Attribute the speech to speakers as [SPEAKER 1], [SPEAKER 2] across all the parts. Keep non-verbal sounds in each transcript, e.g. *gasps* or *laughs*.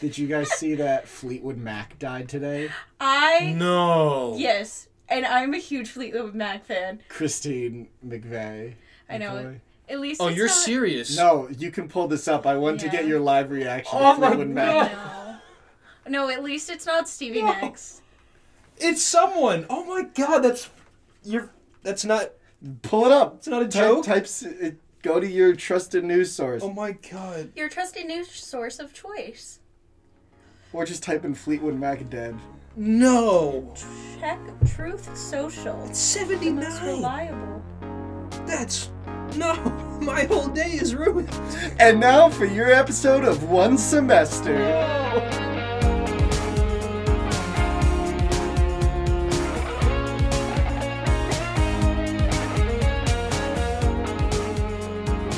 [SPEAKER 1] Did you guys see that Fleetwood Mac died today?
[SPEAKER 2] I
[SPEAKER 3] No.
[SPEAKER 2] yes, and I'm a huge Fleetwood Mac fan.
[SPEAKER 1] Christine McVeigh.
[SPEAKER 2] I know.
[SPEAKER 1] McVoy.
[SPEAKER 2] At least
[SPEAKER 3] Oh,
[SPEAKER 2] it's
[SPEAKER 3] you're
[SPEAKER 2] not-
[SPEAKER 3] serious.
[SPEAKER 1] No, you can pull this up. I want to
[SPEAKER 2] Yeah.
[SPEAKER 1] get your live reaction
[SPEAKER 3] Oh
[SPEAKER 1] to
[SPEAKER 3] my
[SPEAKER 1] Fleetwood Mac.
[SPEAKER 2] *laughs* No. No, at least it's not Stevie
[SPEAKER 3] No.
[SPEAKER 2] Nicks.
[SPEAKER 3] It's someone. Oh my god, that's you're that's not
[SPEAKER 1] Pull it up.
[SPEAKER 3] it's not a
[SPEAKER 1] Type,
[SPEAKER 3] joke.
[SPEAKER 1] types, it, go to your trusted news source,
[SPEAKER 3] Oh my god.
[SPEAKER 2] Your trusty news source of choice.
[SPEAKER 1] or just type in Fleetwood Mac dead.
[SPEAKER 3] No.
[SPEAKER 2] Check Truth Social.
[SPEAKER 3] It's
[SPEAKER 2] The most
[SPEAKER 3] 79.
[SPEAKER 2] reliable.
[SPEAKER 3] That's no. *laughs* My whole day is ruined.
[SPEAKER 1] And now for your episode of One Semester.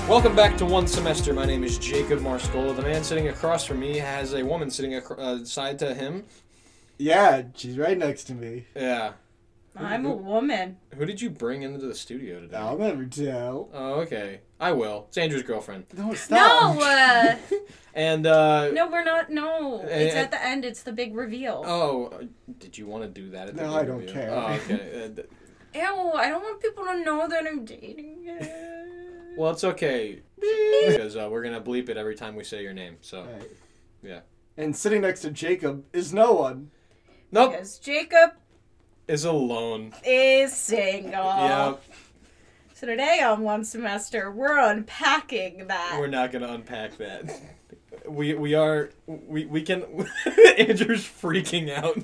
[SPEAKER 3] Welcome back to One Semester. My name is Jacob Marscola. The man sitting across from me has a woman sitting ac- uh, side to him.
[SPEAKER 1] Yeah, she's right next to me.
[SPEAKER 3] Yeah.
[SPEAKER 2] I'm a woman.
[SPEAKER 3] Who did you bring into the studio today?
[SPEAKER 1] I'll never tell.
[SPEAKER 3] Oh, okay. I will. It's Andrew's girlfriend.
[SPEAKER 1] No,
[SPEAKER 2] No,
[SPEAKER 3] *laughs*
[SPEAKER 1] stop.
[SPEAKER 2] uh,
[SPEAKER 3] And, uh.
[SPEAKER 2] no, we're not. No,
[SPEAKER 3] Eh,
[SPEAKER 2] it's
[SPEAKER 3] eh.
[SPEAKER 2] at the end. It's the big reveal.
[SPEAKER 3] Oh, uh, did you want to do that at the
[SPEAKER 1] No, I don't
[SPEAKER 3] interview?
[SPEAKER 1] care.
[SPEAKER 3] Oh,
[SPEAKER 1] *laughs*
[SPEAKER 3] okay. Uh, d-
[SPEAKER 2] Ew, I don't want people to know that I'm dating. you.
[SPEAKER 3] well, it's okay. Because uh, we're going to bleep it every time we say your name. So,
[SPEAKER 1] Right.
[SPEAKER 3] yeah.
[SPEAKER 1] And sitting next to Jacob is no one.
[SPEAKER 3] Nope.
[SPEAKER 2] Because Jacob
[SPEAKER 3] Is alone.
[SPEAKER 2] is single.
[SPEAKER 3] Yeah.
[SPEAKER 2] So today on one semester, we're unpacking that.
[SPEAKER 3] We're not going to unpack that. *laughs* We, we are we, we can *laughs* Andrew's
[SPEAKER 2] *laughs*
[SPEAKER 3] freaking out.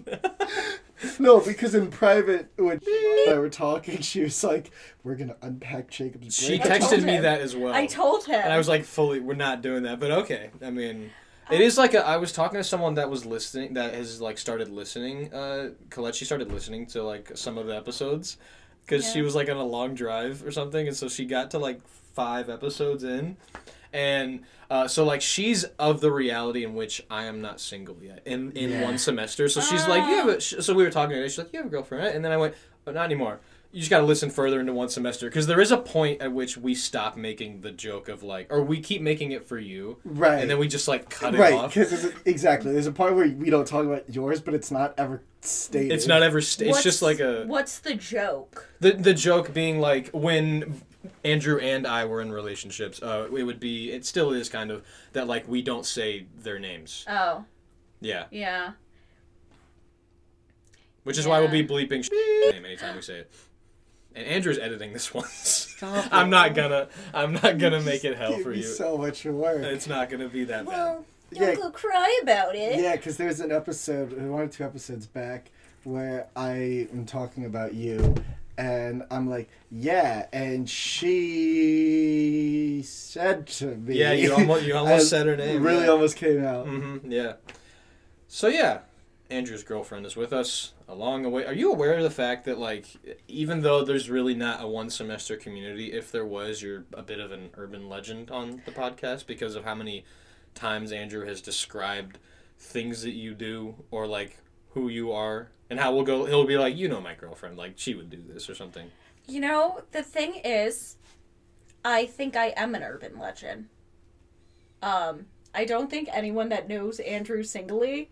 [SPEAKER 1] No, because in private, when she and I were talking, she was like, "We're gonna unpack Jacob's."
[SPEAKER 3] she
[SPEAKER 1] brain."
[SPEAKER 2] I told
[SPEAKER 3] texted me
[SPEAKER 2] him.
[SPEAKER 3] that as well.
[SPEAKER 2] I told him.
[SPEAKER 3] And I was like, fully, we're not doing that, but okay. I mean, it is like a, I was talking to someone that was listening, that has like started listening. Uh, Colette, she started listening to like some of the episodes because she
[SPEAKER 2] Yeah.
[SPEAKER 3] was like on a long drive or something, and so she got to like five episodes in, and uh, so like she's of the reality in which I am not single yet in in
[SPEAKER 1] Yeah.
[SPEAKER 3] one semester. So she's like, you have
[SPEAKER 2] Ah.
[SPEAKER 3] a. sh- So we were talking today. She's like, you have a girlfriend, right? and then I went, but not anymore you just got to listen further into one semester because there is a point at which we stop making the joke of like, or we keep making it for you,
[SPEAKER 1] Right.
[SPEAKER 3] And then we just like cut it
[SPEAKER 1] right,
[SPEAKER 3] off.
[SPEAKER 1] because exactly, there's a part where we don't talk about yours, but it's not ever stated.
[SPEAKER 3] It's not ever. St- it's
[SPEAKER 2] What's-
[SPEAKER 3] just like a
[SPEAKER 2] What's the joke?
[SPEAKER 3] the the joke being like when Andrew and I were in relationships. Uh, it would be. It still is kind of that like we don't say their names.
[SPEAKER 2] Oh,
[SPEAKER 3] Yeah,
[SPEAKER 2] yeah.
[SPEAKER 3] which is why we'll
[SPEAKER 2] Yeah.
[SPEAKER 3] be bleeping sh- name anytime we say it. And Andrew's editing this *laughs* one.
[SPEAKER 1] Stop it.
[SPEAKER 3] I'm not gonna. I'm not gonna
[SPEAKER 1] *laughs*
[SPEAKER 3] make it hell
[SPEAKER 1] Give
[SPEAKER 3] for
[SPEAKER 1] me
[SPEAKER 3] you.
[SPEAKER 1] so much work.
[SPEAKER 3] It's not gonna be that bad.
[SPEAKER 2] Well,
[SPEAKER 1] don't Yeah. go
[SPEAKER 2] cry about it.
[SPEAKER 1] Yeah, because there's an episode, one or two episodes back, where I am talking about you, and I'm like, yeah, and she said to me.
[SPEAKER 3] Yeah, you almost you
[SPEAKER 1] *laughs*
[SPEAKER 3] almost
[SPEAKER 1] I
[SPEAKER 3] said her name.
[SPEAKER 1] Really
[SPEAKER 3] yeah.
[SPEAKER 1] almost came out.
[SPEAKER 3] Mm-hmm, yeah. So yeah, Andrew's girlfriend is with us along the way. Are you aware of the fact that like even though there's really not a one semester community, if there was, you're a bit of an urban legend on the podcast because of how many times Andrew has described things that you do or like who you are and how we'll go he'll be like you know my girlfriend like she would do this or something
[SPEAKER 2] You know, the thing is, I think I am an urban legend. Um, I don't think anyone that knows Andrew singly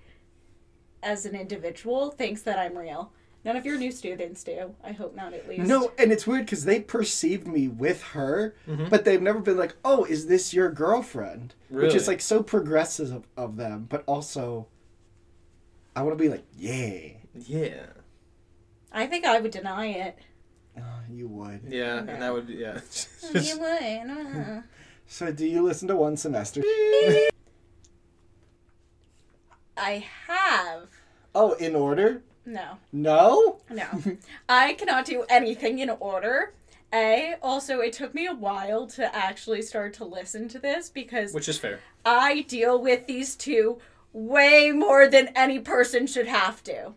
[SPEAKER 2] as an individual thinks that I'm real. None of your new students do. I hope not, at least.
[SPEAKER 1] No, and it's weird because they perceived me with her, but they've never been like, oh, is this your girlfriend? Which
[SPEAKER 3] Really?
[SPEAKER 1] is like so progressive of, of them, but also, I want to be like, yeah.
[SPEAKER 3] yeah
[SPEAKER 2] I think I would deny it.
[SPEAKER 1] Oh, you would.
[SPEAKER 3] yeah and that would be yeah
[SPEAKER 2] You would, uh.
[SPEAKER 1] So, do you listen to one semester?
[SPEAKER 2] I have.
[SPEAKER 1] Oh, in order?
[SPEAKER 2] No,
[SPEAKER 1] No?
[SPEAKER 2] no. *laughs* I cannot do anything in order. A. Also, it took me a while to actually start to listen to this because
[SPEAKER 3] *laughs* which is fair
[SPEAKER 2] I deal with these two way more than any person should have to.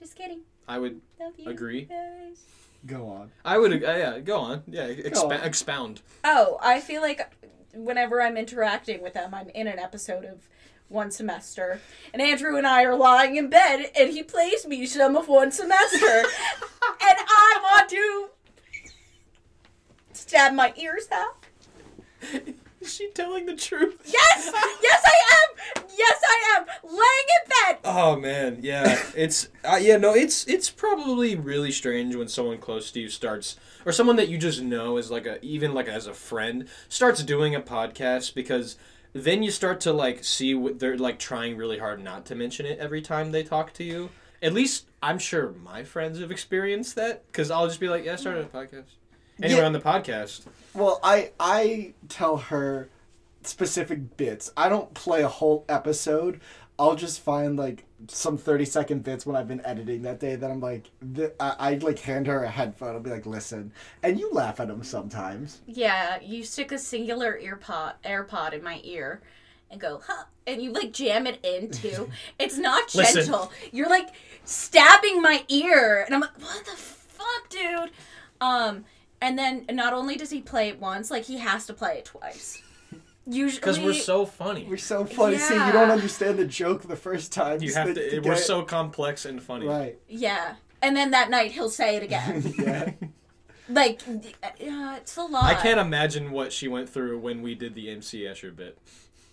[SPEAKER 2] Just kidding.
[SPEAKER 3] i would
[SPEAKER 2] Love you.
[SPEAKER 3] Agree.
[SPEAKER 2] guys.
[SPEAKER 1] Go on.
[SPEAKER 3] I would. Uh, yeah, go on. Yeah, expa-
[SPEAKER 1] Go on.
[SPEAKER 3] expound.
[SPEAKER 2] Oh, I feel like whenever I'm interacting with them, I'm in an episode of one semester, and Andrew and I are lying in bed, and he plays me some of one semester, and I want to stab my ears out.
[SPEAKER 3] Is she telling the truth?
[SPEAKER 2] Yes, yes, I am. Yes, I am.
[SPEAKER 3] Oh man, yeah, it's uh, yeah no, it's it's probably really strange when someone close to you starts or someone that you just know is like a even like as a friend starts doing a podcast because then you start to like see what they're like trying really hard not to mention it every time they talk to you. At least I'm sure my friends have experienced that because I'll just be like, yeah, I started a podcast. Anyway,
[SPEAKER 1] Yeah.
[SPEAKER 3] on the podcast,
[SPEAKER 1] Well, I I tell her specific bits. I don't play a whole episode. I'll just find like some thirty second bits when I've been editing that day that I'm like, th- I, I like hand her a headphone. I'll be like, listen, and you laugh at them sometimes.
[SPEAKER 2] Yeah, you stick a singular earpod AirPod in my ear and go, huh, and you like jam it
[SPEAKER 3] *laughs*
[SPEAKER 2] into. It's not
[SPEAKER 3] Listen.
[SPEAKER 2] gentle. You're like stabbing my ear, and I'm like, what the fuck, dude? Um, and then not only does he play it once, like he has to play it
[SPEAKER 3] *laughs*
[SPEAKER 2] twice. Usually,
[SPEAKER 3] because we're so funny,
[SPEAKER 1] We're so funny. See, you don't
[SPEAKER 2] Yeah.
[SPEAKER 1] understand the joke the first time.
[SPEAKER 3] you
[SPEAKER 1] so
[SPEAKER 3] have
[SPEAKER 1] that
[SPEAKER 3] to. *laughs*
[SPEAKER 1] you
[SPEAKER 3] We're
[SPEAKER 1] get it.
[SPEAKER 3] so complex and funny.
[SPEAKER 1] right.
[SPEAKER 2] yeah. And then that night he'll say it
[SPEAKER 3] *laughs*
[SPEAKER 2] again.
[SPEAKER 1] Yeah.
[SPEAKER 2] like, uh, it's a lot.
[SPEAKER 3] I can't imagine what she went through when we did the MC Escher bit.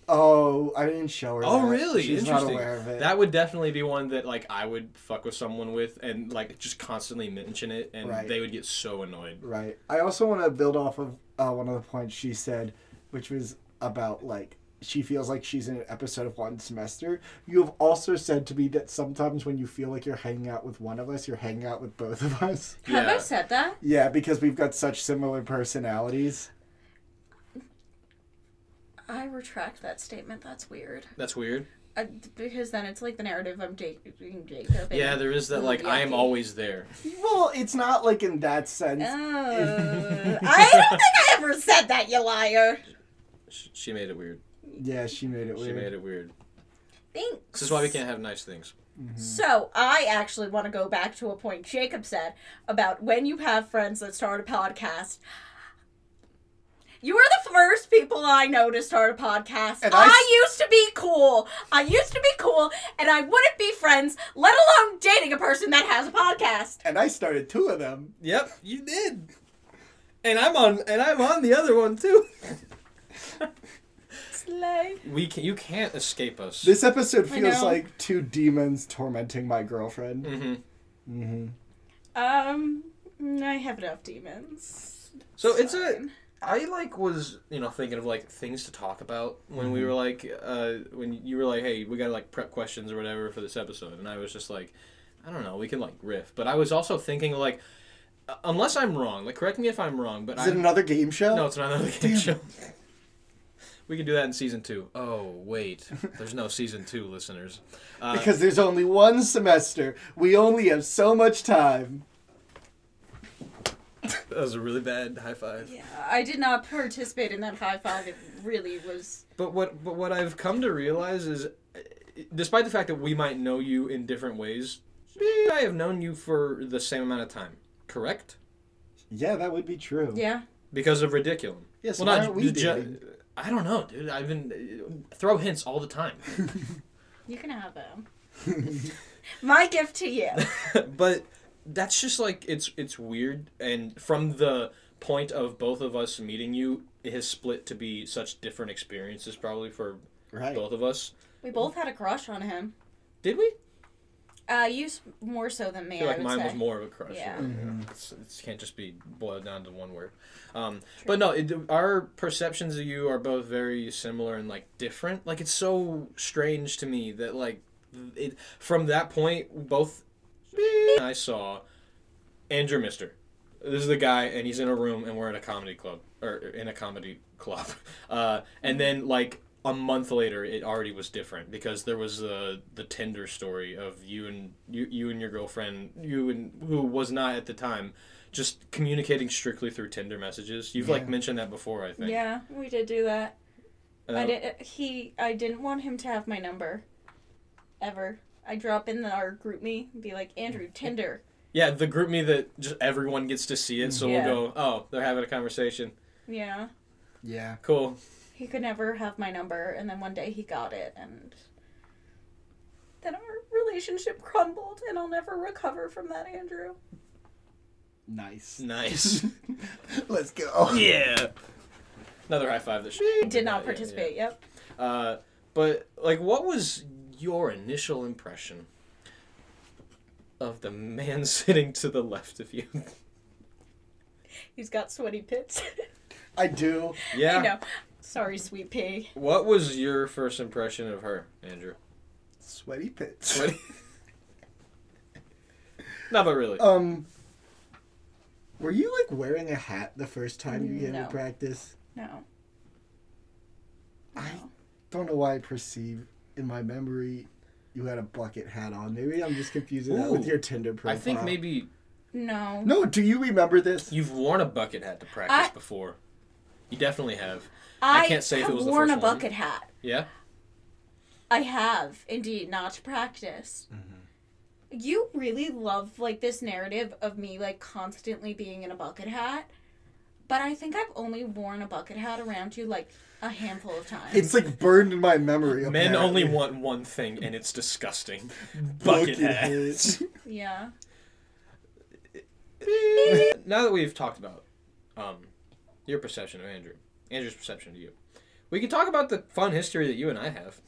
[SPEAKER 1] Oh, I didn't show her.
[SPEAKER 3] Oh,
[SPEAKER 1] that.
[SPEAKER 3] really?
[SPEAKER 1] She's
[SPEAKER 3] Interesting.
[SPEAKER 1] not aware of it.
[SPEAKER 3] That would definitely be one that like I would fuck with someone with and like just constantly mention it, and
[SPEAKER 1] Right.
[SPEAKER 3] they would get so annoyed.
[SPEAKER 1] Right. I also want to build off of uh, one of the points she said, which was about like she feels like she's in an episode of one semester. You have also said to me that sometimes when you feel like you're hanging out with one of us, you're hanging out with both of us.
[SPEAKER 2] Have
[SPEAKER 3] Yeah.
[SPEAKER 2] I said that?
[SPEAKER 1] Yeah, because we've got such similar personalities.
[SPEAKER 2] I retract that statement. That's weird.
[SPEAKER 3] That's weird.
[SPEAKER 2] Uh, because then it's like the narrative I'm dating Jacob. and-
[SPEAKER 3] Yeah, there is that.
[SPEAKER 2] Oh,
[SPEAKER 3] Like I am
[SPEAKER 2] yucky.
[SPEAKER 3] always there.
[SPEAKER 1] Well, it's not like in that sense.
[SPEAKER 2] Um, Oh, I don't think I ever said that, you liar.
[SPEAKER 3] Sh- She made it weird.
[SPEAKER 1] Yeah, she made it
[SPEAKER 3] She
[SPEAKER 1] weird.
[SPEAKER 3] made it weird.
[SPEAKER 2] Thanks.
[SPEAKER 3] This is why we can't have nice things.
[SPEAKER 2] So I actually want to go back to a point Jacob said about when you have friends that start a podcast. You were the first people I know to start a podcast.
[SPEAKER 1] And
[SPEAKER 2] I,
[SPEAKER 1] I s-
[SPEAKER 2] used to be cool. I used to be cool, and I wouldn't be friends, let alone dating a person that has a podcast.
[SPEAKER 1] And I started two of them.
[SPEAKER 3] Yep, you did. And I'm on. And I'm on the other one too.
[SPEAKER 2] Slay.
[SPEAKER 3] We can. You can't escape us.
[SPEAKER 1] This episode
[SPEAKER 2] I
[SPEAKER 1] feels
[SPEAKER 2] know.
[SPEAKER 1] like two demons tormenting my girlfriend.
[SPEAKER 3] hmm
[SPEAKER 1] Mm-hmm.
[SPEAKER 2] Um, I have enough demons.
[SPEAKER 3] So it's a.
[SPEAKER 2] Fine.
[SPEAKER 3] I like was you know thinking of like things to talk about when we were like uh, when you were like hey we gotta like prep questions or whatever for this episode and I was just like I don't know we can like riff but I was also thinking like uh, unless I'm wrong like correct me if I'm wrong but
[SPEAKER 1] Is
[SPEAKER 3] I
[SPEAKER 1] it another game show?
[SPEAKER 3] no it's not another game show *laughs* we can do that in season two. Oh wait there's no season two listeners uh,
[SPEAKER 1] Because there's only one semester. We only have so much time.
[SPEAKER 3] that was a really bad high five
[SPEAKER 2] Yeah, I did not participate in that high five. It really was.
[SPEAKER 3] But what but what I've come to realize is, uh, despite the fact that we might know you in different ways, me and I have known you for the same amount of time, correct?
[SPEAKER 1] Yeah, that would be true.
[SPEAKER 2] Yeah.
[SPEAKER 3] Because of Ridiculum.
[SPEAKER 1] Yes, why aren't we
[SPEAKER 3] ju-
[SPEAKER 1] dating?
[SPEAKER 3] I don't know, dude. I've been uh, throw hints all
[SPEAKER 1] *laughs*
[SPEAKER 3] the time.
[SPEAKER 2] You can have them.
[SPEAKER 3] *laughs*
[SPEAKER 2] My gift to you.
[SPEAKER 3] but that's just like it's it's weird and from the point of both of us meeting you it has split to be such different experiences probably for
[SPEAKER 1] Right.
[SPEAKER 3] both of us.
[SPEAKER 2] We both had a crush on him.
[SPEAKER 3] Did we?
[SPEAKER 2] Uh, you s- more so than me.
[SPEAKER 3] I feel like
[SPEAKER 2] would
[SPEAKER 3] mine
[SPEAKER 2] say.
[SPEAKER 3] was more of a crush.
[SPEAKER 2] Yeah.
[SPEAKER 3] It's, it can't just be boiled down to one word. Um, but no, it, our perceptions of you are both very similar and like different. Like it's so strange to me that like it from that point both I saw and your mister. This is the guy, and he's in a room, and we're at a comedy club or in a comedy club. *laughs* Uh, and then like a month later, it already was different because there was the the Tinder story of you and you you and your girlfriend, you and who was not at the time, just communicating strictly through Tinder messages. You've like
[SPEAKER 1] Yeah.
[SPEAKER 3] mentioned that before, I think.
[SPEAKER 2] Yeah, we did do that.
[SPEAKER 3] Uh,
[SPEAKER 2] I did. He. I didn't want him to have my number. Ever. I drop in our group me and be like
[SPEAKER 3] *laughs*
[SPEAKER 2] Andrew Tinder.
[SPEAKER 3] yeah, the group me that just everyone gets to see it, so
[SPEAKER 2] Yeah.
[SPEAKER 3] we'll go. Oh, they're having a conversation.
[SPEAKER 2] Yeah.
[SPEAKER 1] Yeah.
[SPEAKER 3] Cool.
[SPEAKER 2] He could never have my number, and then one day he got it, and then our relationship crumbled, and I'll never recover from that, Andrew.
[SPEAKER 1] Nice.
[SPEAKER 3] Nice.
[SPEAKER 1] Let's go.
[SPEAKER 3] yeah. Another high five. That
[SPEAKER 2] Did not participate. Yep.
[SPEAKER 3] Uh, but like, what was your initial impression of the man *laughs* sitting to the left of you?
[SPEAKER 2] He's got sweaty pits. *laughs*
[SPEAKER 1] I do.
[SPEAKER 3] yeah.
[SPEAKER 2] I know. Sorry, sweet pea.
[SPEAKER 3] What was your first impression of her, Andrew?
[SPEAKER 1] Sweaty pits.
[SPEAKER 3] What? *laughs* no, but really.
[SPEAKER 1] Um, were you like wearing a hat the first time you gave
[SPEAKER 2] No.
[SPEAKER 1] me practice?
[SPEAKER 2] No.
[SPEAKER 1] I don't know why I perceive in my memory you had a bucket hat on. Maybe I'm just confusing that with
[SPEAKER 3] Ooh.
[SPEAKER 1] your Tinder profile.
[SPEAKER 3] I think maybe
[SPEAKER 2] No.
[SPEAKER 1] No, do you remember this?
[SPEAKER 3] you've worn a bucket hat to
[SPEAKER 2] I-
[SPEAKER 3] practice before. You definitely have.
[SPEAKER 2] I,
[SPEAKER 3] can't say if
[SPEAKER 2] have
[SPEAKER 3] it was the
[SPEAKER 2] worn
[SPEAKER 3] first
[SPEAKER 2] a
[SPEAKER 3] one.
[SPEAKER 2] bucket hat.
[SPEAKER 3] Yeah?
[SPEAKER 2] I have indeed not to practice.
[SPEAKER 3] Mm-hmm.
[SPEAKER 2] You really love like this narrative of me like constantly being in a bucket hat, but I think I've only worn a bucket hat around you like a handful of times.
[SPEAKER 1] It's like burned in my memory.
[SPEAKER 3] Men
[SPEAKER 1] apparently.
[SPEAKER 3] only want one thing, and it's disgusting. Bucket hats.
[SPEAKER 2] yeah.
[SPEAKER 3] now that we've talked about um, your perception of Andrew, Andrew's perception of you, we can talk about the fun history that you and I have.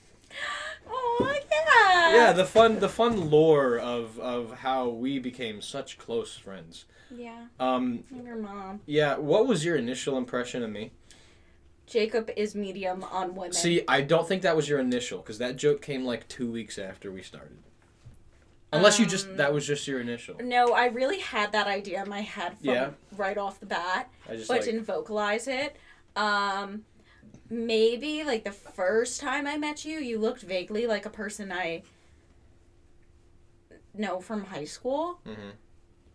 [SPEAKER 2] Oh yeah.
[SPEAKER 3] Yeah, the fun, the fun lore of of how we became such close friends.
[SPEAKER 2] yeah.
[SPEAKER 3] Um,
[SPEAKER 2] I'm Your mom.
[SPEAKER 3] yeah, what was your initial impression of me?
[SPEAKER 2] Jacob is medium on women.
[SPEAKER 3] See, I don't think that was your initial because that joke came like two weeks after we started. Unless you
[SPEAKER 2] Um,
[SPEAKER 3] just that was just your initial.
[SPEAKER 2] No, I really had that idea in my head from
[SPEAKER 3] Yeah.
[SPEAKER 2] right off the bat,
[SPEAKER 3] I just
[SPEAKER 2] but
[SPEAKER 3] like,
[SPEAKER 2] didn't vocalize it. Um, maybe like the first time I met you, you looked vaguely like a person I know from high school.
[SPEAKER 3] Mhm.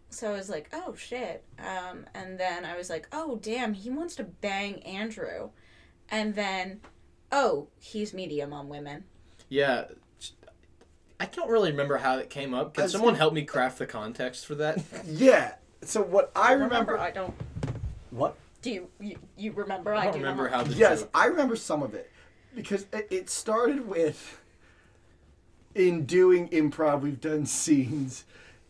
[SPEAKER 2] So I was like, oh shit. Um, and then I was like, oh damn, he wants to bang Andrew. And then, oh, he's medium on women.
[SPEAKER 3] yeah. I don't really remember how it came up. Can
[SPEAKER 1] As-
[SPEAKER 3] someone help me craft the context for that?
[SPEAKER 1] Yeah. So what I remember,
[SPEAKER 2] I don't.
[SPEAKER 1] what?
[SPEAKER 2] Do you you, you remember?
[SPEAKER 3] I don't
[SPEAKER 2] do
[SPEAKER 3] remember
[SPEAKER 2] not.
[SPEAKER 3] how the
[SPEAKER 1] Yes,
[SPEAKER 3] joke.
[SPEAKER 1] I remember some of it because it, it started with in doing improv. We've done scenes,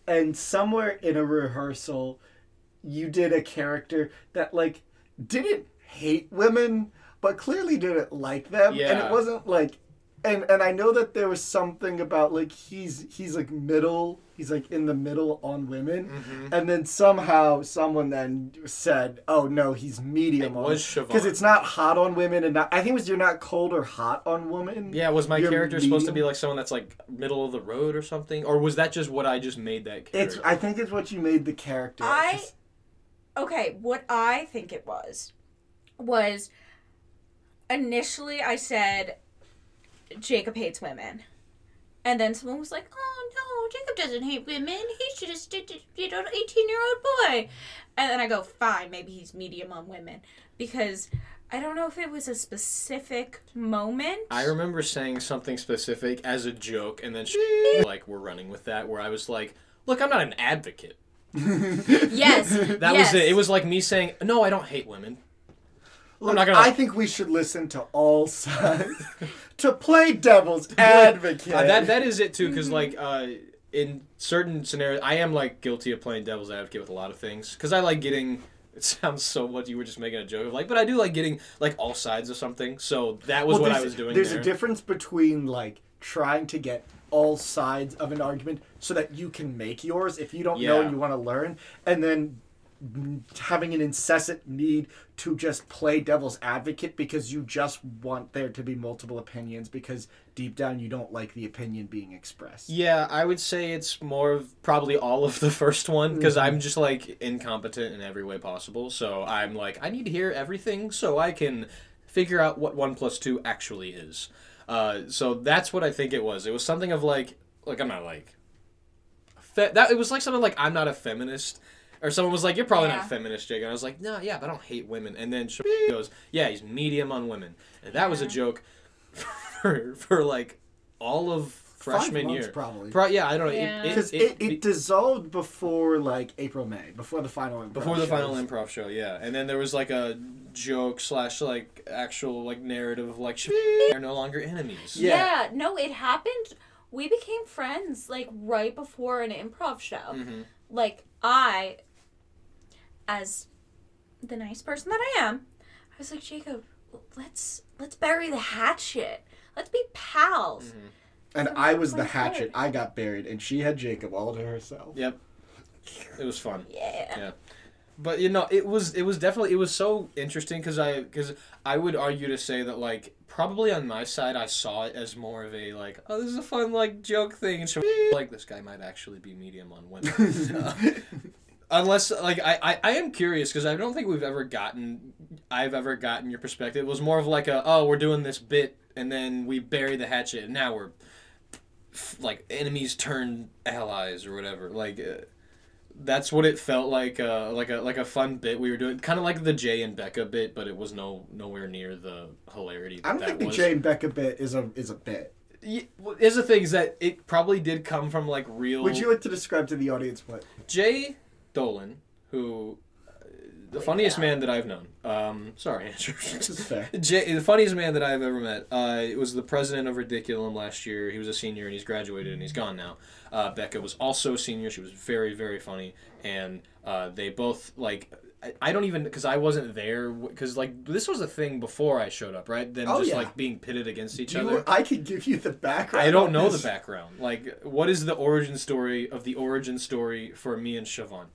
[SPEAKER 1] and somewhere in a rehearsal, you did a character that like didn't hate women, but clearly didn't like them, and
[SPEAKER 3] Yeah.
[SPEAKER 1] it wasn't like. And, and I know that there was something about like he's he's like middle he's like in the middle on women
[SPEAKER 3] Mm-hmm.
[SPEAKER 1] and then somehow someone then said oh no he's medium
[SPEAKER 3] It
[SPEAKER 1] on
[SPEAKER 3] was Siobhan.
[SPEAKER 1] because it's not hot on women and not, I think it was you're not cold or hot on women.
[SPEAKER 3] Yeah, was my
[SPEAKER 1] You're
[SPEAKER 3] character supposed to be
[SPEAKER 1] medium.
[SPEAKER 3] like someone that's like middle of the road or something, or was that just what I just made that
[SPEAKER 1] It's
[SPEAKER 3] character?
[SPEAKER 1] I think it's what you made the character.
[SPEAKER 2] I okay, what I think it was was initially I said Jacob hates women. And then someone was like, "Oh no, Jacob doesn't hate women. He's just a- you know, an eighteen-year-old boy." And then I go, "Fine, maybe he's medium on women," because I don't know if it was a specific moment.
[SPEAKER 3] I remember saying something specific as a joke,
[SPEAKER 1] *laughs*
[SPEAKER 3] and then she, like we're running with that, where I was like, "Look, I'm not an advocate."
[SPEAKER 2] yes,
[SPEAKER 3] *laughs* That was it. It was like me saying, "No, I don't hate women."
[SPEAKER 1] Look,
[SPEAKER 3] not gonna-
[SPEAKER 1] I think we should listen to all *laughs* sides
[SPEAKER 3] *laughs*
[SPEAKER 1] to play devil's advocate.
[SPEAKER 3] Uh, that that is it too, because like uh, in certain scenarios, I am like guilty of playing devil's advocate with a lot of things, because I like getting. It sounds so what you were just making a joke of, like, but I do like getting like all sides of something. So that was
[SPEAKER 1] Well,
[SPEAKER 3] what I
[SPEAKER 1] there's-
[SPEAKER 3] was doing.
[SPEAKER 1] There's
[SPEAKER 3] there.
[SPEAKER 1] a difference between like trying to get all sides of an argument so that you can make yours if you don't know
[SPEAKER 3] Yeah.
[SPEAKER 1] and you want to learn, and then mm, having an incessant need to just play devil's advocate because you just want there to be multiple opinions because deep down you don't like the opinion being expressed.
[SPEAKER 3] Yeah, I would say it's more of probably all of the first one because I'm just like incompetent in every way possible. So I'm like, I need to hear everything so I can figure out what one plus two actually is. Uh, so that's what I think it was. It was something of like, like I'm not like, fe- that it was like something like I'm not a feminist. Or someone was like, "You're probably not
[SPEAKER 2] Yeah.
[SPEAKER 3] a feminist, Jake." And I was like, "No, yeah, but I don't hate women." And then she goes, "Yeah, he's medium on women," and that was a joke for, for like all of freshman
[SPEAKER 1] months,
[SPEAKER 3] year,
[SPEAKER 1] probably.
[SPEAKER 3] Pro- yeah, I don't know.
[SPEAKER 2] Yeah.
[SPEAKER 3] It,
[SPEAKER 1] Because
[SPEAKER 3] it,
[SPEAKER 1] it, it, dissolved before like April May, before the final improv
[SPEAKER 3] before the final
[SPEAKER 1] shows.
[SPEAKER 3] improv show, yeah, and then there was like a joke slash like actual like narrative of like they're no longer enemies.
[SPEAKER 2] Yeah.
[SPEAKER 1] Yeah.
[SPEAKER 2] no, it happened. We became friends like right before an improv show.
[SPEAKER 1] Mm-hmm.
[SPEAKER 2] Like I, as the nice person that I am, I was like
[SPEAKER 1] Mm-hmm.
[SPEAKER 2] Jacob, let's let's bury the hatchet. Let's be pals.
[SPEAKER 1] And
[SPEAKER 2] That was
[SPEAKER 1] I was the
[SPEAKER 2] my
[SPEAKER 1] hatchet.
[SPEAKER 2] third.
[SPEAKER 1] I got buried, and she had Jacob all to herself.
[SPEAKER 3] Yep. It was fun.
[SPEAKER 2] Yeah.
[SPEAKER 3] Yeah. But you know, it was it was definitely it was so interesting because I because I would argue to say that like probably on my side I saw it as more of a like oh this is a fun like joke thing and so like this guy might actually be medium
[SPEAKER 1] *laughs*
[SPEAKER 3] on women. Uh, Unless like I, I, I am curious because I don't think we've ever gotten I've ever gotten your perspective. It was more of like a oh we're doing this bit and then we bury the hatchet and now we're f- like enemies turned allies or whatever like. Uh, that's what it felt like uh like a like a fun bit we were doing kind of like the jay and becca bit but it was no nowhere near the hilarity that,
[SPEAKER 1] I don't
[SPEAKER 3] that
[SPEAKER 1] think the
[SPEAKER 3] was
[SPEAKER 1] Jane Becca bit is a is a bit.
[SPEAKER 3] Y- well, is the thing is that it probably did come from like real
[SPEAKER 1] Would you like to describe to the audience what?
[SPEAKER 3] jay dolan who uh, the funniest man that i've known um sorry *laughs* andrew
[SPEAKER 1] This is fair.
[SPEAKER 3] Jay, the funniest man that I've ever met, uh, was the president of Ridiculum last year. He was a senior and he's graduated and he's gone now. Uh, Becca was also a senior. She was very, very funny, and uh, they both like. I, I don't even because I wasn't there because like this was a thing before I showed up, right? Them
[SPEAKER 1] Oh,
[SPEAKER 3] just
[SPEAKER 1] yeah.
[SPEAKER 3] like being pitted against each
[SPEAKER 1] You-
[SPEAKER 3] other.
[SPEAKER 1] I could give you the background.
[SPEAKER 3] I don't
[SPEAKER 1] on
[SPEAKER 3] know
[SPEAKER 1] this.
[SPEAKER 3] the background. Like, what is the origin story of the origin story for me and Siobhan?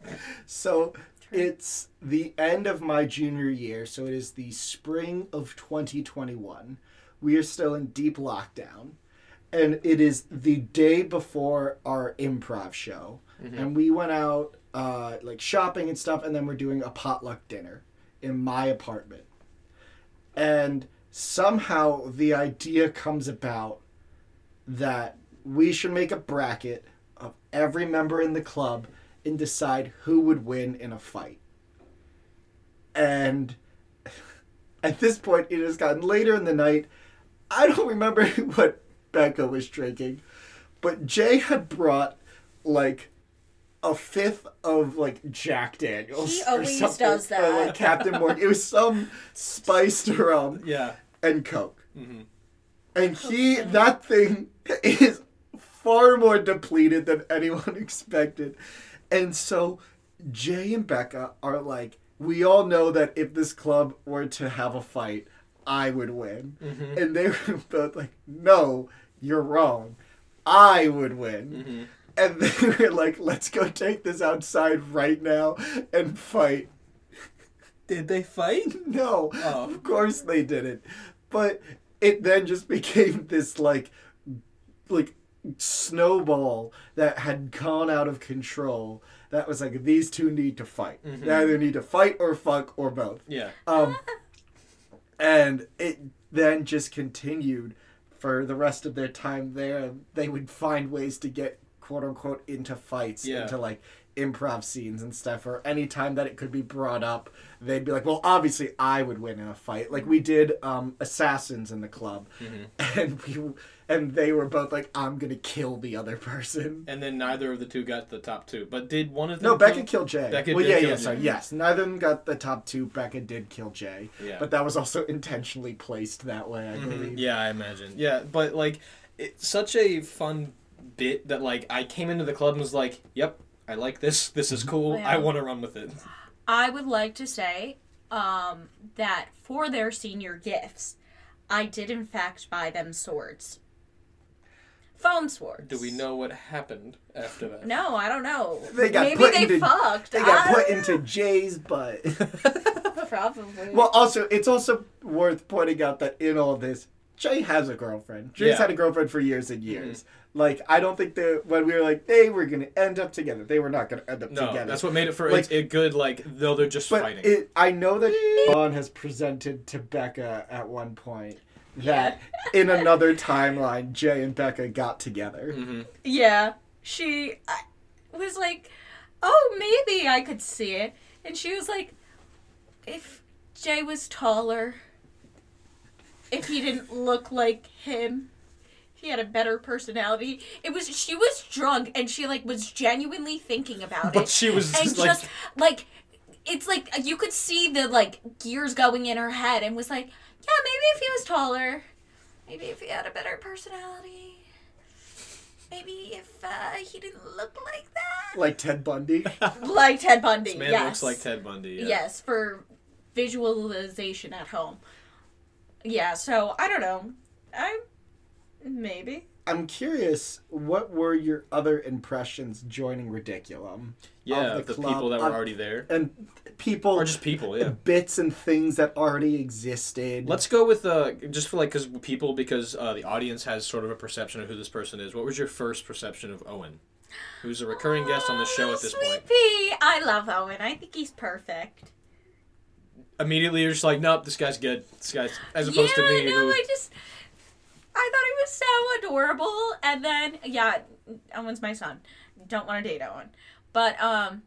[SPEAKER 1] So it's the end of my junior year, so it is the spring of 2021. We are still in deep lockdown, and it is the day before our improv show.
[SPEAKER 3] Mm-hmm.
[SPEAKER 1] And we went out uh, like shopping and stuff, and then we're doing a potluck dinner in my apartment. And somehow the idea comes about that we should make a bracket of every member in the club and decide who would win in a fight. And *laughs* at this point, it has gotten later in the night. I don't remember *laughs* what Becca was drinking, but Jay had brought like a fifth of like Jack Daniels.
[SPEAKER 2] He
[SPEAKER 1] or
[SPEAKER 2] always
[SPEAKER 1] something,
[SPEAKER 2] does
[SPEAKER 1] or, like,
[SPEAKER 2] that.
[SPEAKER 1] Captain Morgan. It was some spiced rum
[SPEAKER 3] Yeah,
[SPEAKER 1] and Coke. And he, that thing is far more depleted than anyone *laughs* expected. And so Jay and Becca are like, we all know that if this club were to have a fight, I would win. And they were *laughs* both like, no, you're wrong. I would win. And *laughs* they were like, let's go take this outside right now and fight.
[SPEAKER 3] did they fight?
[SPEAKER 1] *laughs* No,
[SPEAKER 3] Oh.
[SPEAKER 1] of course they didn't. But it then just *laughs* became this like, like snowball that had gone out of control. That was like these two need to fight. They either need to fight or fuck or both.
[SPEAKER 3] Yeah,
[SPEAKER 1] Um, and it then just continued for the rest of their time there. They would find ways to get quote unquote into fights,
[SPEAKER 3] Yeah.
[SPEAKER 1] into like improv scenes and stuff, or any time that it could be brought up, they'd be like, "Well, obviously, I would win in a fight." Like we did um, assassins in the club, *laughs* and we and they were both like, "I'm gonna kill the other person."
[SPEAKER 3] and then neither of the two got the top two, but did one of them?
[SPEAKER 1] No, Becca
[SPEAKER 3] come-
[SPEAKER 1] killed Jay.
[SPEAKER 3] Becca
[SPEAKER 1] well,
[SPEAKER 3] did
[SPEAKER 1] yeah,
[SPEAKER 3] kill
[SPEAKER 1] yeah,
[SPEAKER 3] Jay.
[SPEAKER 1] sorry, yes. Neither of them got the top two. Becca did kill Jay,
[SPEAKER 3] Yeah. Mm-hmm.
[SPEAKER 1] but that was also intentionally placed that way, I believe.
[SPEAKER 3] Yeah, I imagine. Yeah, but like, it's such a fun bit that like I came into the club and was like, "Yep, I like this. This is cool.
[SPEAKER 2] Yeah.
[SPEAKER 3] I want to run with it."
[SPEAKER 2] I would like to say um, that for their senior gifts, I did in fact buy them swords. Foam swords.
[SPEAKER 3] Do we know what happened after that?
[SPEAKER 2] No, I don't know.
[SPEAKER 1] They got
[SPEAKER 2] Maybe
[SPEAKER 1] put
[SPEAKER 2] they
[SPEAKER 1] into-
[SPEAKER 2] fucked.
[SPEAKER 1] They got
[SPEAKER 2] I
[SPEAKER 1] put
[SPEAKER 2] don't
[SPEAKER 1] into Jay's
[SPEAKER 3] *laughs*
[SPEAKER 1] butt.
[SPEAKER 2] know. *laughs* probably.
[SPEAKER 1] well, also, it's also worth pointing out that in all this, Jay has a girlfriend. Jay's
[SPEAKER 3] Yeah. Mm-hmm.
[SPEAKER 1] had a girlfriend for years and years. Like, I don't think that when we were like, they were going to end up together, they were not going to end up
[SPEAKER 3] No,
[SPEAKER 1] together.
[SPEAKER 3] that's what made it for
[SPEAKER 1] Like-
[SPEAKER 3] it, it good. Like, though they're just
[SPEAKER 1] but
[SPEAKER 3] fighting.
[SPEAKER 1] It, I know that Vaughn has presented to Becca at one point that in another timeline, Jay and Becca got together.
[SPEAKER 3] Mm-hmm.
[SPEAKER 2] yeah, she I, was like, "Oh, maybe I could see it," and she was like, "If Jay was taller, if he didn't look like him." He had a better personality. It was she was drunk and she like was genuinely thinking about
[SPEAKER 3] *laughs*
[SPEAKER 2] *laughs*
[SPEAKER 3] but
[SPEAKER 2] it.
[SPEAKER 3] she was
[SPEAKER 2] and
[SPEAKER 3] just like,
[SPEAKER 2] just like it's like you could see the like gears going in her head and was like yeah maybe if he was taller maybe if he had a better personality maybe if uh, he didn't look like that
[SPEAKER 1] Like Ted
[SPEAKER 3] *laughs*
[SPEAKER 1] Bundy.
[SPEAKER 2] like ted bundy
[SPEAKER 3] "Man
[SPEAKER 2] yes
[SPEAKER 3] looks like Ted Bundy." Yeah.
[SPEAKER 2] yes for visualization at home yeah so i don't know i maybe
[SPEAKER 1] I'm curious, what were your other impressions joining Ridiculum?
[SPEAKER 3] Yeah,
[SPEAKER 1] the
[SPEAKER 3] the,
[SPEAKER 1] club,
[SPEAKER 3] people that were
[SPEAKER 1] um,
[SPEAKER 3] already there,
[SPEAKER 1] And people,
[SPEAKER 3] or just people. Yeah.
[SPEAKER 1] bits and things that already existed.
[SPEAKER 3] Let's go with uh, just for like because people because uh, the audience has sort of a perception of who this person is. What was your first perception of Owen, who's a recurring
[SPEAKER 2] Oh,
[SPEAKER 3] guest on the show at this
[SPEAKER 2] Sweet
[SPEAKER 3] point?
[SPEAKER 2] pea. I love Owen. I think he's perfect.
[SPEAKER 3] Immediately, you're just like, nope, this guy's good. This guy's as opposed
[SPEAKER 2] yeah,
[SPEAKER 3] to me.
[SPEAKER 2] I know.
[SPEAKER 3] who-
[SPEAKER 2] I just, I thought he was so adorable, and then yeah, Owen's my son. Don't want to date Owen, but um.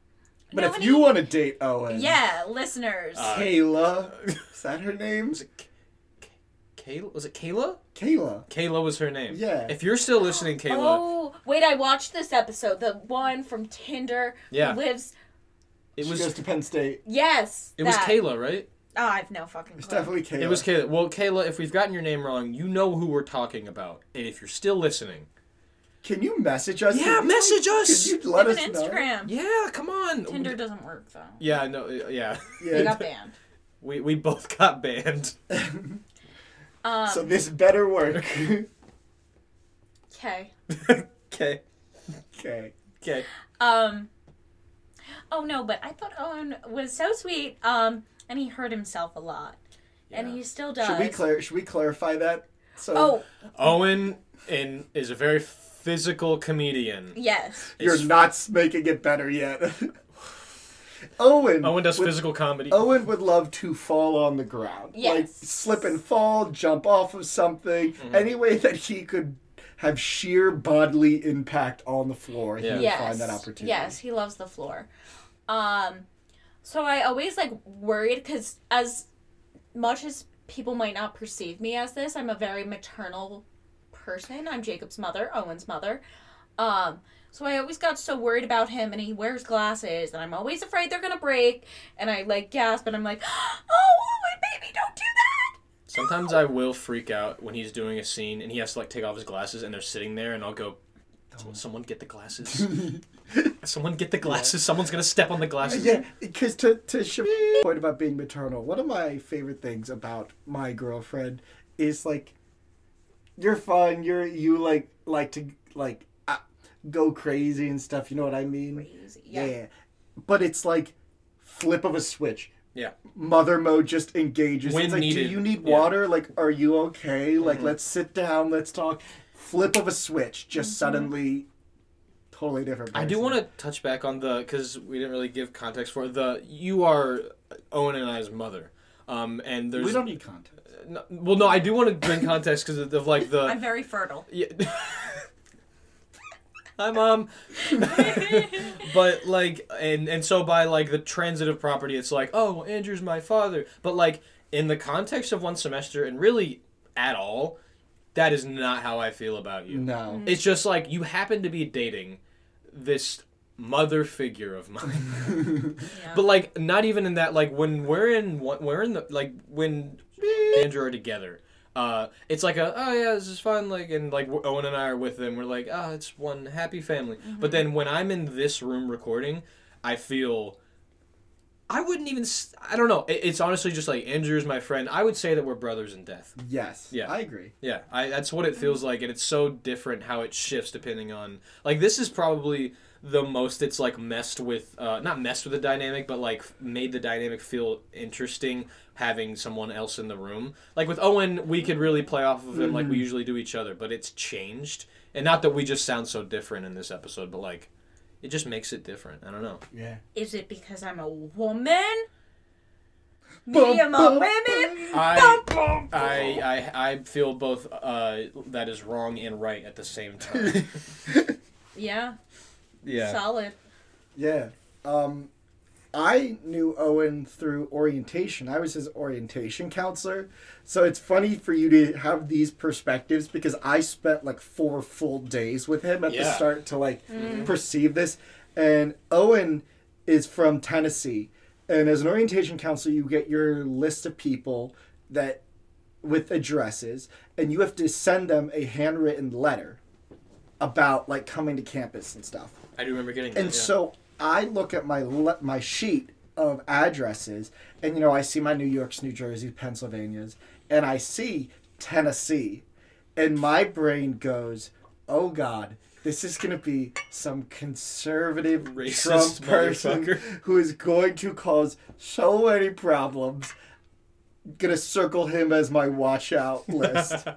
[SPEAKER 1] but
[SPEAKER 2] no,
[SPEAKER 1] if
[SPEAKER 2] when
[SPEAKER 1] you
[SPEAKER 2] he-
[SPEAKER 1] want to date Owen,
[SPEAKER 2] yeah, listeners,
[SPEAKER 3] Uh,
[SPEAKER 1] Kayla, is that her name?
[SPEAKER 3] was it K- K- Kayla? Was it Kayla?
[SPEAKER 1] Kayla.
[SPEAKER 3] Kayla was her name.
[SPEAKER 1] Yeah.
[SPEAKER 3] If you're still listening, Kayla,
[SPEAKER 2] Oh, wait, I watched this episode. The one from Tinder who
[SPEAKER 3] Yeah.
[SPEAKER 2] lives.
[SPEAKER 3] it
[SPEAKER 1] she
[SPEAKER 3] was
[SPEAKER 1] goes to Penn State.
[SPEAKER 2] Yes.
[SPEAKER 3] it was
[SPEAKER 2] that.
[SPEAKER 3] Kayla, right?
[SPEAKER 2] Oh, I've no fucking
[SPEAKER 1] It's
[SPEAKER 2] clue.
[SPEAKER 1] definitely Kayla.
[SPEAKER 3] It was Kayla. Well, Kayla, if we've gotten your name wrong, you know who we're talking about, and if you're still listening,
[SPEAKER 1] Can you message us?
[SPEAKER 3] yeah,
[SPEAKER 1] Could
[SPEAKER 3] message us.
[SPEAKER 1] you let
[SPEAKER 2] Leave
[SPEAKER 1] us
[SPEAKER 2] an
[SPEAKER 1] know?
[SPEAKER 2] Instagram.
[SPEAKER 3] Yeah, come on.
[SPEAKER 2] Tinder doesn't work though.
[SPEAKER 3] Yeah, no, yeah. *laughs*
[SPEAKER 2] They
[SPEAKER 1] Yeah.
[SPEAKER 2] got banned.
[SPEAKER 3] We we both got banned.
[SPEAKER 2] Um,
[SPEAKER 1] *laughs* So this better work. *laughs*
[SPEAKER 2] okay.
[SPEAKER 3] okay.
[SPEAKER 1] okay.
[SPEAKER 3] Okay.
[SPEAKER 2] Um. Oh no, but I thought Owen was so sweet. Um, and he hurt himself a lot, and he still does.
[SPEAKER 1] Should we clar- Should we clarify that? So
[SPEAKER 2] oh
[SPEAKER 3] Owen in is a very physical comedian.
[SPEAKER 2] yes,
[SPEAKER 1] you're
[SPEAKER 3] It's-
[SPEAKER 1] not making it better yet. *laughs* Owen.
[SPEAKER 3] Owen does
[SPEAKER 1] would,
[SPEAKER 3] physical comedy.
[SPEAKER 1] Owen would love to fall on the ground, like
[SPEAKER 2] Yes.
[SPEAKER 1] slip and fall, jump off of something,
[SPEAKER 3] Mm-hmm.
[SPEAKER 1] any way that he could have sheer bodily impact on the floor. He
[SPEAKER 3] Yeah.
[SPEAKER 1] would
[SPEAKER 2] yes,
[SPEAKER 1] find that opportunity.
[SPEAKER 2] yes. He loves the floor. Um, so I always like worried because as much as people might not perceive me as this, I'm a very maternal person. I'm Jacob's mother, Owen's mother. Um, so I always got so worried about him, and he wears glasses, and I'm always afraid they're gonna break, and I like gasp, and I'm like, *gasps* "Oh, Owen, baby, don't do that!"
[SPEAKER 3] Sometimes I will freak out when he's doing a scene and he has to like take off his glasses and they're sitting there and I'll go "Someone- someone get
[SPEAKER 1] *laughs*
[SPEAKER 3] the glasses. someone get the glasses. Someone's gonna step on the glasses.
[SPEAKER 1] Yeah, because to to Shabir's point about being maternal, one of my favorite things about my girlfriend is like, you're fun. You're you like like to like uh, go crazy and stuff. You know what I mean?
[SPEAKER 2] Crazy. Yeah.
[SPEAKER 1] But it's like flip of a switch.
[SPEAKER 3] Yeah.
[SPEAKER 1] Mother mode just engages.
[SPEAKER 3] When
[SPEAKER 1] it's like,
[SPEAKER 3] needed.
[SPEAKER 1] do you need
[SPEAKER 3] Yeah. Mm-hmm.
[SPEAKER 1] water? Like, are you okay? Like, let's sit down. Let's talk. Flip of a switch, just suddenly, totally different.
[SPEAKER 3] I do want to touch back on the because we didn't really give context for it. the you are Owen and I's mother, um, and there's
[SPEAKER 1] We don't need content.
[SPEAKER 3] no, well no I do want to bring context because of, of like the
[SPEAKER 2] I'm very fertile.
[SPEAKER 3] Yeah. *laughs* Hi, mom. but like, and and so by like the transitive property, it's like, oh, well, Andrew's my father. But like in the context of one semester, and really at all, that is not how I feel about you.
[SPEAKER 1] No.
[SPEAKER 3] It's just like you happen to be dating this mother figure of mine.
[SPEAKER 2] Yeah.
[SPEAKER 3] But like, not even in that. Like when we're in, one- we're in the like when Andrew are together. Uh, it's like a oh yeah, this is fun. Like and like we're- Owen and I are with them. We're like ah, it's one happy family. But then when I'm in this room recording, I feel. I wouldn't even. s- I don't know. It, it's honestly just like Andrew's my friend. I would say that we're brothers in death.
[SPEAKER 1] Yes.
[SPEAKER 3] Yeah.
[SPEAKER 1] I agree.
[SPEAKER 3] Yeah, I, that's what it feels like, and it's so different how it shifts depending on. Like this is probably the most it's like messed with, uh, not messed with the dynamic, but like made the dynamic feel interesting having someone else in the room. Like with Owen, we could really play off of him like we usually do each other, but it's changed, and not that we just sound so different in this episode, but like it just makes it different. I don't know.
[SPEAKER 1] Yeah.
[SPEAKER 2] Is it because I'm a woman?
[SPEAKER 1] Bum,
[SPEAKER 2] Me, I'm a
[SPEAKER 1] bum,
[SPEAKER 2] women.
[SPEAKER 3] I
[SPEAKER 2] Bum, bum, bum.
[SPEAKER 3] I I, I feel both uh, that is wrong and right at the same time.
[SPEAKER 2] Yeah,
[SPEAKER 3] *laughs*
[SPEAKER 1] *laughs*
[SPEAKER 3] yeah.
[SPEAKER 2] solid.
[SPEAKER 1] Yeah. Um, I knew Owen through orientation. I was his orientation counselor. So it's funny for you to have these perspectives because I spent like four full days with him at the
[SPEAKER 3] Yeah.
[SPEAKER 1] start to like perceive this. And Owen is from Tennessee. And as an orientation counselor, you get your list of people that with addresses and you have to send them a handwritten letter about like coming to campus and stuff.
[SPEAKER 3] I do remember getting that.
[SPEAKER 1] And
[SPEAKER 3] yeah.
[SPEAKER 1] so I look at my le- my sheet of addresses, and you know I see my New York's, New Jersey's, Pennsylvania's, and I see Tennessee, and my brain goes, oh god, this is gonna be some conservative
[SPEAKER 3] Racist
[SPEAKER 1] Trump person
[SPEAKER 3] motherfucker.
[SPEAKER 1] who is going to cause so many problems. Gonna circle him as my watch out list.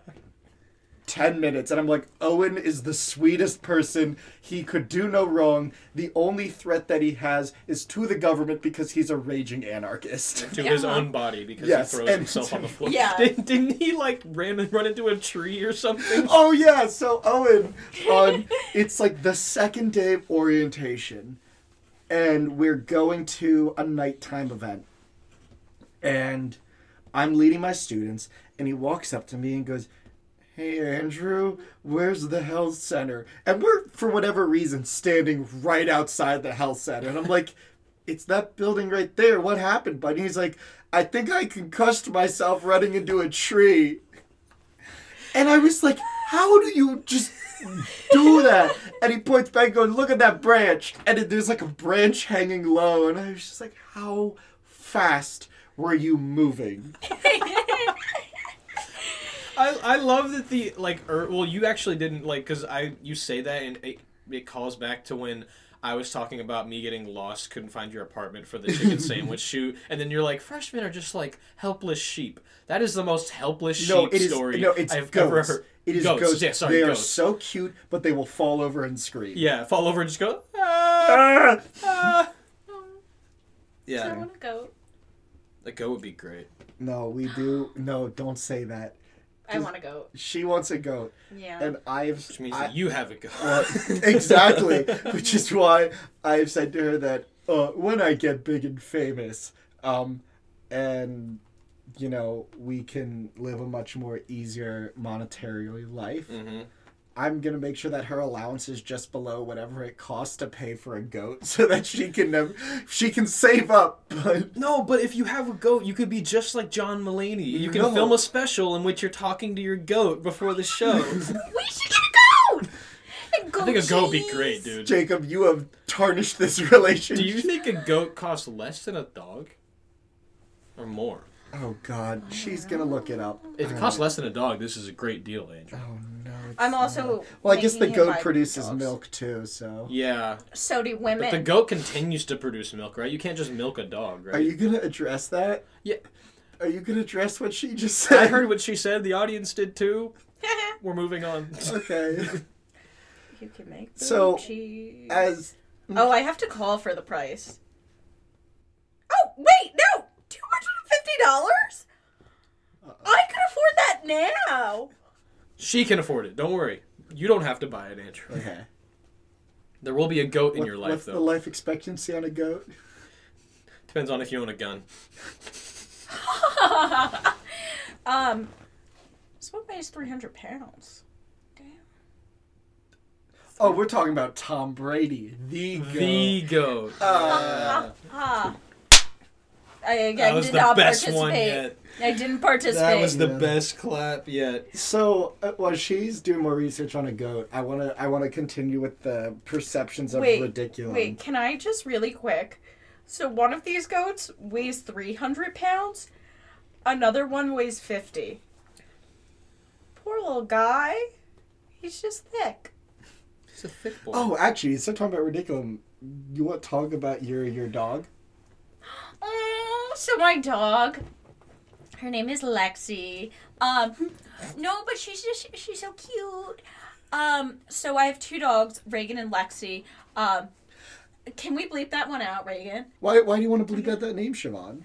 [SPEAKER 1] 10 minutes and I'm like Owen is the sweetest person he could do no wrong the only threat that he has is to the government because he's a raging anarchist
[SPEAKER 3] to his
[SPEAKER 2] Yeah.
[SPEAKER 3] own body because
[SPEAKER 1] Yes,
[SPEAKER 3] he throws
[SPEAKER 1] and- *laughs*
[SPEAKER 3] himself on the floor.
[SPEAKER 2] Yeah.
[SPEAKER 3] *laughs* Didn't, didn't he like ran and run into a tree or something?
[SPEAKER 1] *laughs* Oh yeah, so Owen on it's like the second day of orientation and we're going to a nighttime event. And I'm leading my students and he walks up to me and goes, "Hey Andrew, where's the health center?" And we're for whatever reason standing right outside the health center and I'm like It's that building right there. What happened, buddy? He's like, I think I concussed myself running into a tree. And I was like, how do you just do that? And he points back, going, look at that branch. And it, there's like a branch hanging low. And I was just like, how fast were you moving?
[SPEAKER 3] *laughs*
[SPEAKER 2] *laughs*
[SPEAKER 3] I, I love that the like er, well you actually didn't like because I you say that and it, it calls back to when I was talking about me getting lost couldn't find your apartment for the
[SPEAKER 1] *laughs*
[SPEAKER 3] chicken sandwich shoot and then you're like freshmen are just like helpless sheep that is the most helpless
[SPEAKER 1] No,
[SPEAKER 3] sheep
[SPEAKER 1] it is.
[SPEAKER 3] story
[SPEAKER 1] no, it's
[SPEAKER 3] I've
[SPEAKER 1] ghosts.
[SPEAKER 3] ever heard
[SPEAKER 1] It is
[SPEAKER 3] ghosts,
[SPEAKER 1] ghosts.
[SPEAKER 3] yeah sorry
[SPEAKER 1] they are
[SPEAKER 3] ghosts
[SPEAKER 1] so cute, but they will fall over and scream.
[SPEAKER 3] yeah fall over and just go
[SPEAKER 1] *laughs*
[SPEAKER 3] ah,
[SPEAKER 1] Ah!
[SPEAKER 3] ah.
[SPEAKER 2] I
[SPEAKER 3] yeah
[SPEAKER 2] want to go.
[SPEAKER 3] a goat would be great
[SPEAKER 1] No, we do. No, don't say that.
[SPEAKER 2] I want to go.
[SPEAKER 1] She wants a goat,
[SPEAKER 2] Yeah.
[SPEAKER 1] and I've.
[SPEAKER 3] which means
[SPEAKER 1] I-
[SPEAKER 3] that you have a goat
[SPEAKER 1] Uh, *laughs*
[SPEAKER 3] *laughs*
[SPEAKER 1] exactly, which is why I've said to her that uh, when I get big and famous, um, and you know we can live a much more easier monetary life,
[SPEAKER 3] hmm
[SPEAKER 1] I'm gonna make sure that her allowance is just below whatever it costs to pay for a goat, *laughs* so that she can never, she can save up. But
[SPEAKER 3] No, but if you have a goat, you could be just like John Mulaney. You can
[SPEAKER 1] No.
[SPEAKER 3] film a special in which you're talking to your goat before the show.
[SPEAKER 2] We should get a goat.
[SPEAKER 3] *laughs* I think a goat would be great, dude.
[SPEAKER 1] Jacob, you have tarnished this relationship.
[SPEAKER 3] Do you think a goat costs less than a dog? Or more?
[SPEAKER 1] Oh God, she's gonna look it up.
[SPEAKER 3] If it costs less than a dog, this is a great deal, Andrew.
[SPEAKER 1] Oh no. it's
[SPEAKER 2] I'm
[SPEAKER 1] not.
[SPEAKER 2] also.
[SPEAKER 1] Well, I guess the
[SPEAKER 2] making him buy
[SPEAKER 1] goat produces
[SPEAKER 2] dogs.
[SPEAKER 1] milk too, so.
[SPEAKER 3] Yeah.
[SPEAKER 2] So do
[SPEAKER 3] But
[SPEAKER 2] women.
[SPEAKER 3] the goat continues to produce milk, right? You can't just milk a dog, right?
[SPEAKER 1] Are you gonna address that?
[SPEAKER 3] Yeah.
[SPEAKER 1] Are you gonna address what she just said?
[SPEAKER 3] I heard what she said. The audience did too. We're moving *laughs* on.
[SPEAKER 1] *laughs* *laughs* Okay.
[SPEAKER 2] *laughs* you can make goat
[SPEAKER 1] So,
[SPEAKER 2] cheese.
[SPEAKER 1] As
[SPEAKER 2] Oh, I have to call for the price. Oh, wait, no! $250? I can afford that now!
[SPEAKER 3] she can afford it. Don't worry. You don't have to buy it, Andrew.
[SPEAKER 1] okay.
[SPEAKER 3] There will be a goat in
[SPEAKER 1] What-
[SPEAKER 3] your life,
[SPEAKER 1] what's
[SPEAKER 3] though.
[SPEAKER 1] the life expectancy on a goat?
[SPEAKER 3] Depends on if you own a gun.
[SPEAKER 2] Um, this one weighs 300 pounds.
[SPEAKER 1] Oh, we're talking about Tom Brady, the goat.
[SPEAKER 3] The goat.
[SPEAKER 1] Uh,
[SPEAKER 2] Ah. I
[SPEAKER 3] That
[SPEAKER 2] again
[SPEAKER 3] was
[SPEAKER 2] did
[SPEAKER 3] the
[SPEAKER 2] not
[SPEAKER 3] best
[SPEAKER 2] participate.
[SPEAKER 3] one yet.
[SPEAKER 2] I didn't participate.
[SPEAKER 3] That was the
[SPEAKER 1] Yeah.
[SPEAKER 3] best clap yet.
[SPEAKER 1] so uh, while she's doing more research on a goat, I wanna I wanna continue with the perceptions of
[SPEAKER 2] Wait,
[SPEAKER 1] ridiculum.
[SPEAKER 2] Wait, can I just really quick? So one of these goats weighs 300 pounds, another one weighs 50. Poor little guy. He's just thick.
[SPEAKER 3] He's a thick boy.
[SPEAKER 1] Oh, actually, so talking about ridiculum, you want to talk about your your dog?
[SPEAKER 2] Oh, so my dog. Her name is Lexi. Um, no, but she's just she's so cute. Um, so I have two dogs, Reagan and Lexi. Um, can we bleep that one out, Reagan?
[SPEAKER 1] Why why do you want to bleep out that name, Siobhan?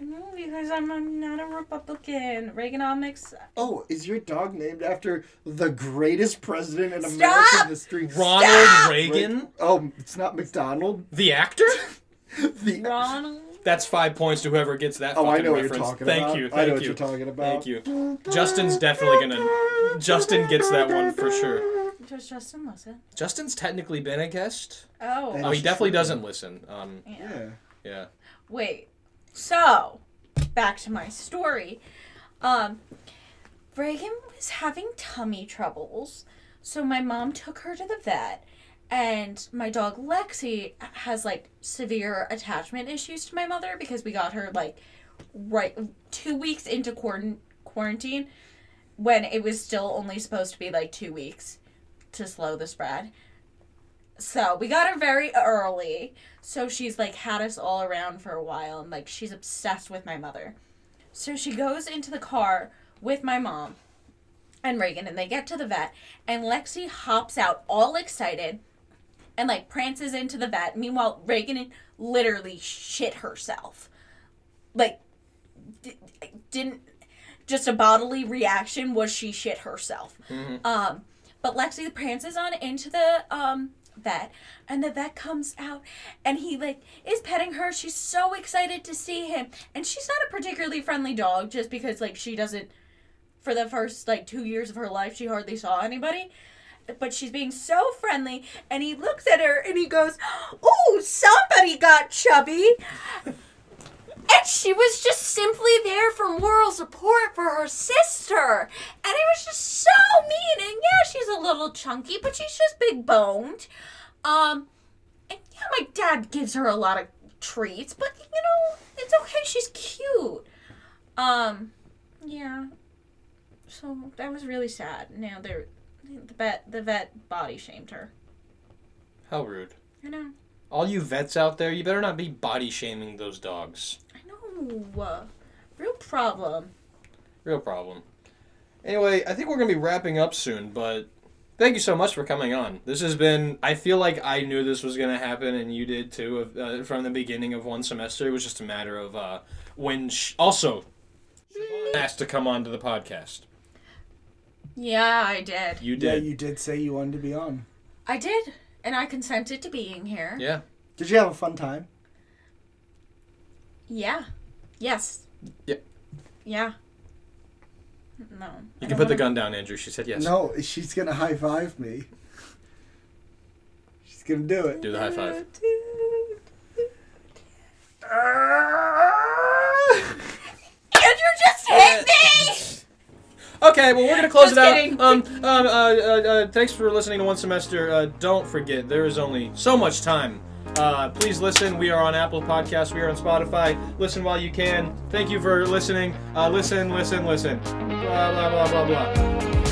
[SPEAKER 2] No, because I'm, I'm not a Republican. Reaganomics.
[SPEAKER 1] Oh, is your dog named after the greatest president in
[SPEAKER 2] Stop!
[SPEAKER 1] American history?
[SPEAKER 3] Ronald
[SPEAKER 2] Stop!
[SPEAKER 3] Reagan,
[SPEAKER 1] Oh, it's not McDonald. *laughs*
[SPEAKER 3] the actor?
[SPEAKER 1] The-
[SPEAKER 2] Ronald.
[SPEAKER 3] That's five points to whoever gets that.
[SPEAKER 1] oh, I
[SPEAKER 3] fucking
[SPEAKER 1] know what
[SPEAKER 3] reference.
[SPEAKER 1] you're talking
[SPEAKER 3] thank
[SPEAKER 1] about.
[SPEAKER 3] You, thank
[SPEAKER 1] I know
[SPEAKER 3] you.
[SPEAKER 1] what you're talking about.
[SPEAKER 3] Thank you. Justin's definitely gonna. Justin gets that one for sure.
[SPEAKER 2] Does Justin listen?
[SPEAKER 3] Justin's technically been a guest.
[SPEAKER 2] Oh.
[SPEAKER 1] That
[SPEAKER 3] Oh, he
[SPEAKER 1] is
[SPEAKER 3] definitely
[SPEAKER 1] true.
[SPEAKER 3] doesn't listen. Um,
[SPEAKER 2] yeah.
[SPEAKER 1] Yeah.
[SPEAKER 3] yeah.
[SPEAKER 2] Wait. So, back to my story. Um, Reagan was having tummy troubles, so my mom took her to the vet, and my dog Lexi has like severe attachment issues to my mother because we got her like right two weeks into quarant- quarantine when it was still only supposed to be like two weeks. to slow the spread. So we got her very early. So she's like had us all around for a while and like she's obsessed with my mother. So she goes into the car with my mom and Reagan and they get to the vet and Lexi hops out all excited and like prances into the vet. Meanwhile, Reagan literally shit herself. Like d- didn't just a bodily reaction was she shit herself.
[SPEAKER 3] Mhm.
[SPEAKER 2] Um, but Lexi prances on into the um, vet, and the vet comes out, and he like is petting her. She's so excited to see him, and she's not a particularly friendly dog, just because like she doesn't. For the first like two years of her life, she hardly saw anybody, but she's being so friendly. And he looks at her and he goes, "Oh, somebody got chubby." And she was just simply there for moral support for her sister. And it was just so mean. And yeah, she's a little chunky, but she's just big boned. Um, and yeah, my dad gives her a lot of treats, but you know, it's okay. She's cute. Um, yeah. So that was really sad. Now they're the vet the vet body shamed her.
[SPEAKER 3] How rude.
[SPEAKER 2] I know.
[SPEAKER 3] All you vets out there, you better not be body shaming those dogs.
[SPEAKER 2] I know. Real problem.
[SPEAKER 3] Real problem. Anyway, I think we're going to be wrapping up soon, but thank you so much for coming on. This has been, I feel like I knew this was going to happen, and you did too, uh, from the beginning of one semester. It was just a matter of uh, when. Sh- also, Siobhan asked to come on to the podcast.
[SPEAKER 2] Yeah, I did.
[SPEAKER 3] You
[SPEAKER 1] Yeah,
[SPEAKER 3] did.
[SPEAKER 1] you did say you wanted to be on.
[SPEAKER 2] I did, and I consented to being here.
[SPEAKER 3] yeah.
[SPEAKER 1] Did you have a fun time?
[SPEAKER 2] Yeah. Yes.
[SPEAKER 3] Yeah.
[SPEAKER 2] Yeah. No.
[SPEAKER 3] You can put the gun down, Andrew. She said yes.
[SPEAKER 1] No, she's gonna high five me. She's gonna do it.
[SPEAKER 3] Do the high five.
[SPEAKER 1] Ah! *laughs*
[SPEAKER 2] Andrew just hit me!
[SPEAKER 3] Okay, well, we're gonna close
[SPEAKER 2] Just
[SPEAKER 3] it out.
[SPEAKER 2] kidding.
[SPEAKER 3] Um, um, uh, uh, uh, thanks for listening to One Semester. Uh, don't forget, there is only so much time. Uh, please listen. We are on Apple Podcasts. We are on Spotify. Listen while you can. Thank you for listening. Uh, listen, listen, listen. Blah blah blah blah blah.